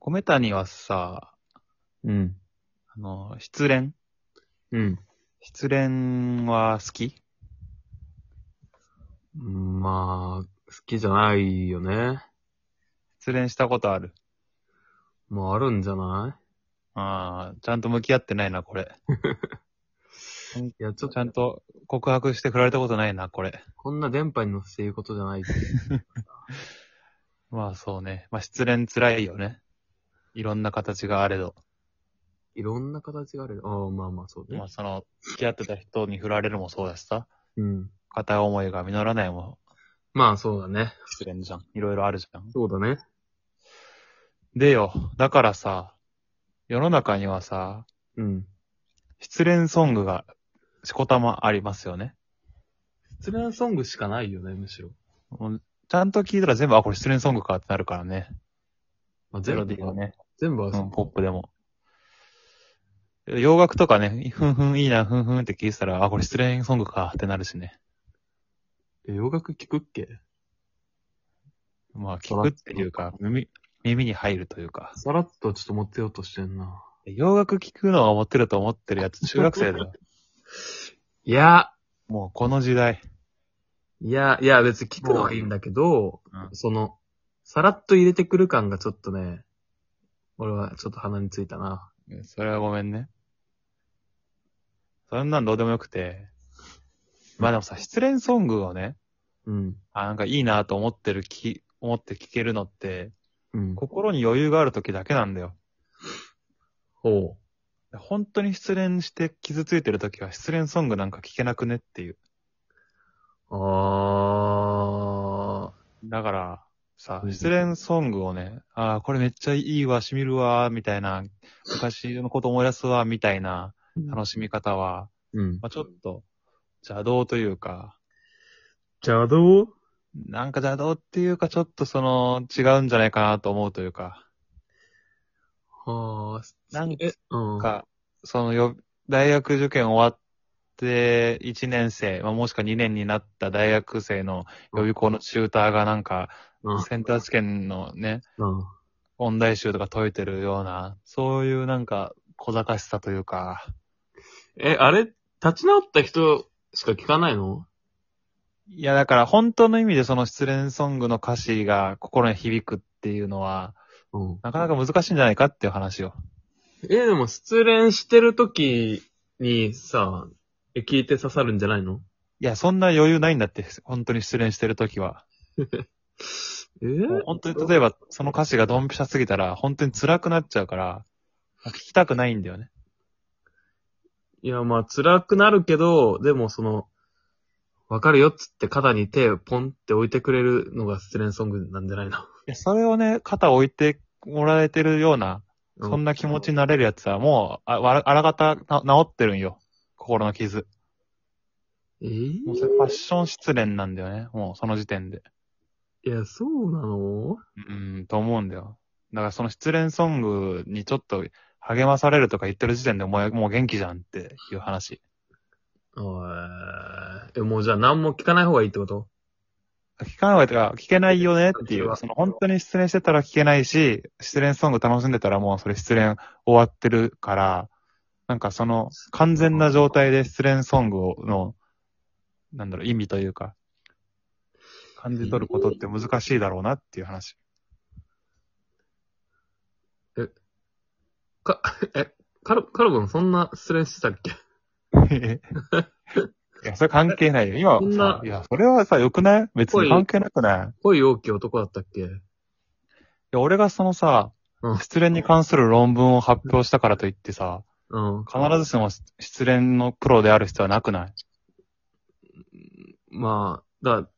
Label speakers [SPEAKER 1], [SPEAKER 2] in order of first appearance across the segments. [SPEAKER 1] 米谷はさ、
[SPEAKER 2] うん。
[SPEAKER 1] あの、失恋
[SPEAKER 2] うん。
[SPEAKER 1] 失恋は好き
[SPEAKER 2] まあ、好きじゃないよね。
[SPEAKER 1] 失恋したことある。
[SPEAKER 2] まあ、あるんじゃな
[SPEAKER 1] ああ、ちゃんと向き合ってないな、これ。
[SPEAKER 2] いいや、ちょっ
[SPEAKER 1] ちゃ
[SPEAKER 2] と、
[SPEAKER 1] んと告白して振られたことないな、これ。
[SPEAKER 2] こんな電波に乗せて言うことじゃない。
[SPEAKER 1] まあそうね。まあ失恋辛いよね。いろんな形があれど。
[SPEAKER 2] いろんな形がある。ああ、まあまあ、そう
[SPEAKER 1] まあ
[SPEAKER 2] ね。
[SPEAKER 1] その、付き合ってた人に振られるもそうだしさ。
[SPEAKER 2] うん。
[SPEAKER 1] 片思いが実らないも
[SPEAKER 2] まあ、そうだね。
[SPEAKER 1] 失恋じゃん。いろいろあるじゃん。
[SPEAKER 2] そうだね。
[SPEAKER 1] でよ、だからさ、世の中にはさ、
[SPEAKER 2] うん。
[SPEAKER 1] 失恋ソングがしこたまありますよね。
[SPEAKER 2] 失恋ソングしかないよね、むしろ。
[SPEAKER 1] もうちゃんと聞いたら全部、あ、これ失恋ソングかってなるからね。
[SPEAKER 2] まあ、
[SPEAKER 1] ゼ
[SPEAKER 2] 全
[SPEAKER 1] ロ
[SPEAKER 2] 部
[SPEAKER 1] ディはね、
[SPEAKER 2] 全部は
[SPEAKER 1] う
[SPEAKER 2] そ
[SPEAKER 1] ん、ポップでも。洋楽とかね、ふんふんいいな、ふんふんって聞いてたら、あ、これ失恋ソングかってなるしね。
[SPEAKER 2] う。え洋楽聞くっけ
[SPEAKER 1] まあ、聞くっていうか、耳、耳に入るというか。
[SPEAKER 2] さらっとちょっと持ってようとしてんな。
[SPEAKER 1] 洋楽聞くのが持ってると思ってるやつ、中学生だ よ。
[SPEAKER 2] いや、
[SPEAKER 1] もうこの時代。
[SPEAKER 2] いや、いや、別に聞くのはいいんだけど、
[SPEAKER 1] うん
[SPEAKER 2] その、さらっと入れてくる感がちょっとね、俺はちょっと鼻についたな。
[SPEAKER 1] それはごめんね。そんなんどうでもよくて。まあでもさ、失恋ソングをね、
[SPEAKER 2] うん。
[SPEAKER 1] あ、なんかいいなと思ってるき、思って聞けるのって、
[SPEAKER 2] うん。
[SPEAKER 1] 心に余裕がある時だけなんだよ。
[SPEAKER 2] ほ
[SPEAKER 1] 本当に失恋して傷ついてる時は失恋ソングなんか聞けなくねっていう。
[SPEAKER 2] う。あ
[SPEAKER 1] だから、さ、
[SPEAKER 2] うん
[SPEAKER 1] 失恋ソングをね、ああ、これめっちゃいいわ、染みるわ、みたいな、昔のこと思い出すわ、みたいな
[SPEAKER 2] ー。
[SPEAKER 1] 楽しみ方は、
[SPEAKER 2] うん。
[SPEAKER 1] まあ、ちょっと邪道というか、
[SPEAKER 2] 邪道
[SPEAKER 1] なんか邪道っていうか、ちょっとその、違うんじゃないかなと思うというか、
[SPEAKER 2] はあ。
[SPEAKER 1] なん
[SPEAKER 2] え、うん。
[SPEAKER 1] か、そのよ、大学受験終わって、1年生、まあ、もしくは2年になった大学生の予備校のチューターがなんか、
[SPEAKER 2] うん。
[SPEAKER 1] センター試験のね、
[SPEAKER 2] うん
[SPEAKER 1] 問題集とか解いてるような、そういうなんか、小賢しさというか、
[SPEAKER 2] え、あれ、立ち直った人しか聞かないの
[SPEAKER 1] いやだから本当の意味でその失恋ソングの歌詞が心に響くっていうのは、
[SPEAKER 2] うん。
[SPEAKER 1] なかなか難しいんじゃないかっていう話を。
[SPEAKER 2] え、でも失恋してる時にさ、え聞いて刺さるんじゃないの
[SPEAKER 1] いや、そんな余裕ないんだって、本当に失恋してる時は。
[SPEAKER 2] え
[SPEAKER 1] もう本当に例えばその歌詞がドンピシャすぎたら、本当に辛くなっちゃうから、聞きたくないんだよね。
[SPEAKER 2] いや、まあ、辛くなるけど、でもその、わかるよっつって肩に手をポンって置いてくれるのが失恋ソングなんじゃないの
[SPEAKER 1] いや、それをね、肩を置いてもらえてるような、そんな気持ちになれるやつはもう、あわあらがたな治ってるんよ。心の傷。
[SPEAKER 2] え
[SPEAKER 1] もうそれ
[SPEAKER 2] ー
[SPEAKER 1] ファッション失恋なんだよね。もうその時点で。
[SPEAKER 2] いや、そうなの
[SPEAKER 1] うん、と思うんだよ。だからその失恋ソングにちょっと励まされるとか言ってる時点でもうもう元気じゃんっていう話。
[SPEAKER 2] おいえ、もうじゃあ何も聞かない方がいいってこと
[SPEAKER 1] 聞かないわけだから、聞けないよねっていうう、
[SPEAKER 2] ん
[SPEAKER 1] その本当に失恋してたら聞けないし、失恋ソング楽しんでたらもうそれ失恋終わってるから、なんかその完全な状態で失恋ソングをの、なんだろう、意味というか、感じ取ることって難しいだろうなっていう話。
[SPEAKER 2] か、え、カル、カルボンそんな失恋してたっけ
[SPEAKER 1] いや、それ関係ないよ。今は
[SPEAKER 2] そんな
[SPEAKER 1] さ、いや、それはさ、良くない別に関係なくないい
[SPEAKER 2] 恋多き男だったっけ
[SPEAKER 1] や、俺がそのさ
[SPEAKER 2] うん、
[SPEAKER 1] 失恋に関する論文を発表したからといってさ、
[SPEAKER 2] うん。
[SPEAKER 1] 必ずしも失恋のプロである必要はなくない
[SPEAKER 2] まあ、だ、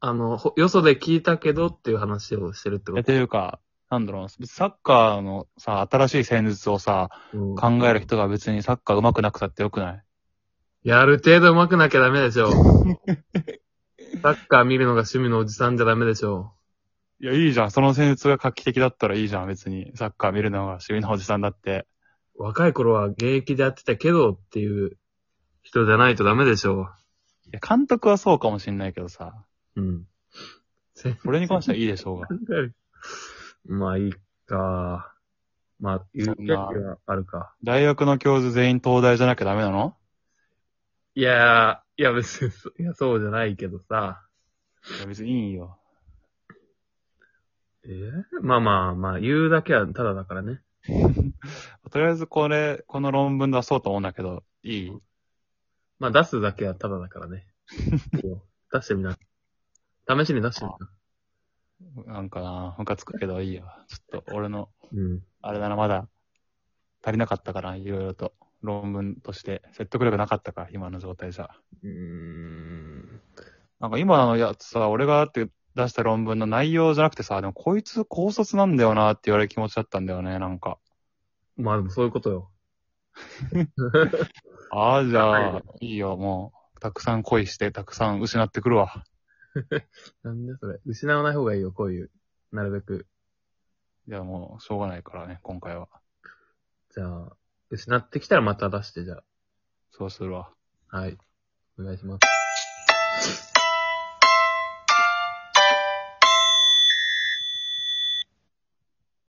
[SPEAKER 2] あの、ほよそで聞いたけどっていう話をしてるって
[SPEAKER 1] いや
[SPEAKER 2] こと
[SPEAKER 1] いうか、なんだろうな、サッカーのさ、新しい戦術をさ、
[SPEAKER 2] と。うん
[SPEAKER 1] 考える人が別にサッカー上手くなくたってよくない
[SPEAKER 2] いや、ある程度上手くなきゃダメ でしょ。サッカー見るのが趣味のおじさんじゃダメでしょ。
[SPEAKER 1] いや、いいじゃん。その戦術が画期的だったらいいじゃん。別に、サッカー見るのが趣味のおじさんだって。
[SPEAKER 2] 若い頃は現役でやってたけどっていう人じゃないとダメでしょ。
[SPEAKER 1] いや、監督はそうかもしんないけどさ、
[SPEAKER 2] うん。
[SPEAKER 1] それに関してはいいでしょうが。
[SPEAKER 2] まあいいか。まあ、言う権利はあるか。
[SPEAKER 1] 大学の教授全員東大じゃなきゃダメなの
[SPEAKER 2] いやー、いや別にそ、いや、そうじゃないけどさ。
[SPEAKER 1] いや別にいいよ。
[SPEAKER 2] えーまあまあまあ、言うだけはただだからね。
[SPEAKER 1] とりあえずこれ、この論文出そうと思うんだけど、いい
[SPEAKER 2] まあ出すだけはただだからね。そう出してみな。試しに出してみな。
[SPEAKER 1] なんかな、ムカつくけどいいよ。ちょっと俺の、
[SPEAKER 2] うん。
[SPEAKER 1] あれだな、まだ足りなかったから、いろいろと。論文として説得力なかったか、今の状態じゃ。
[SPEAKER 2] うーん。
[SPEAKER 1] なんか今のやつさ、俺がって出した論文の内容じゃなくてさ、でもこいつ高卒なんだよなって言われる気持ちだったんだよね、なんか。
[SPEAKER 2] まあでもそういうことよ。
[SPEAKER 1] ああ、じゃ
[SPEAKER 2] は
[SPEAKER 1] あ、いいよ、もう。たくさん恋して、たくさん失ってくるわ。
[SPEAKER 2] なんでそれ。失わない方がいいよ、こういう。なるべく。
[SPEAKER 1] いや、もう、しょうがないからね、今回は。
[SPEAKER 2] じゃあ、失ってきたらまた出して、じゃ
[SPEAKER 1] そうするわ。
[SPEAKER 2] あ。はい。お願いします。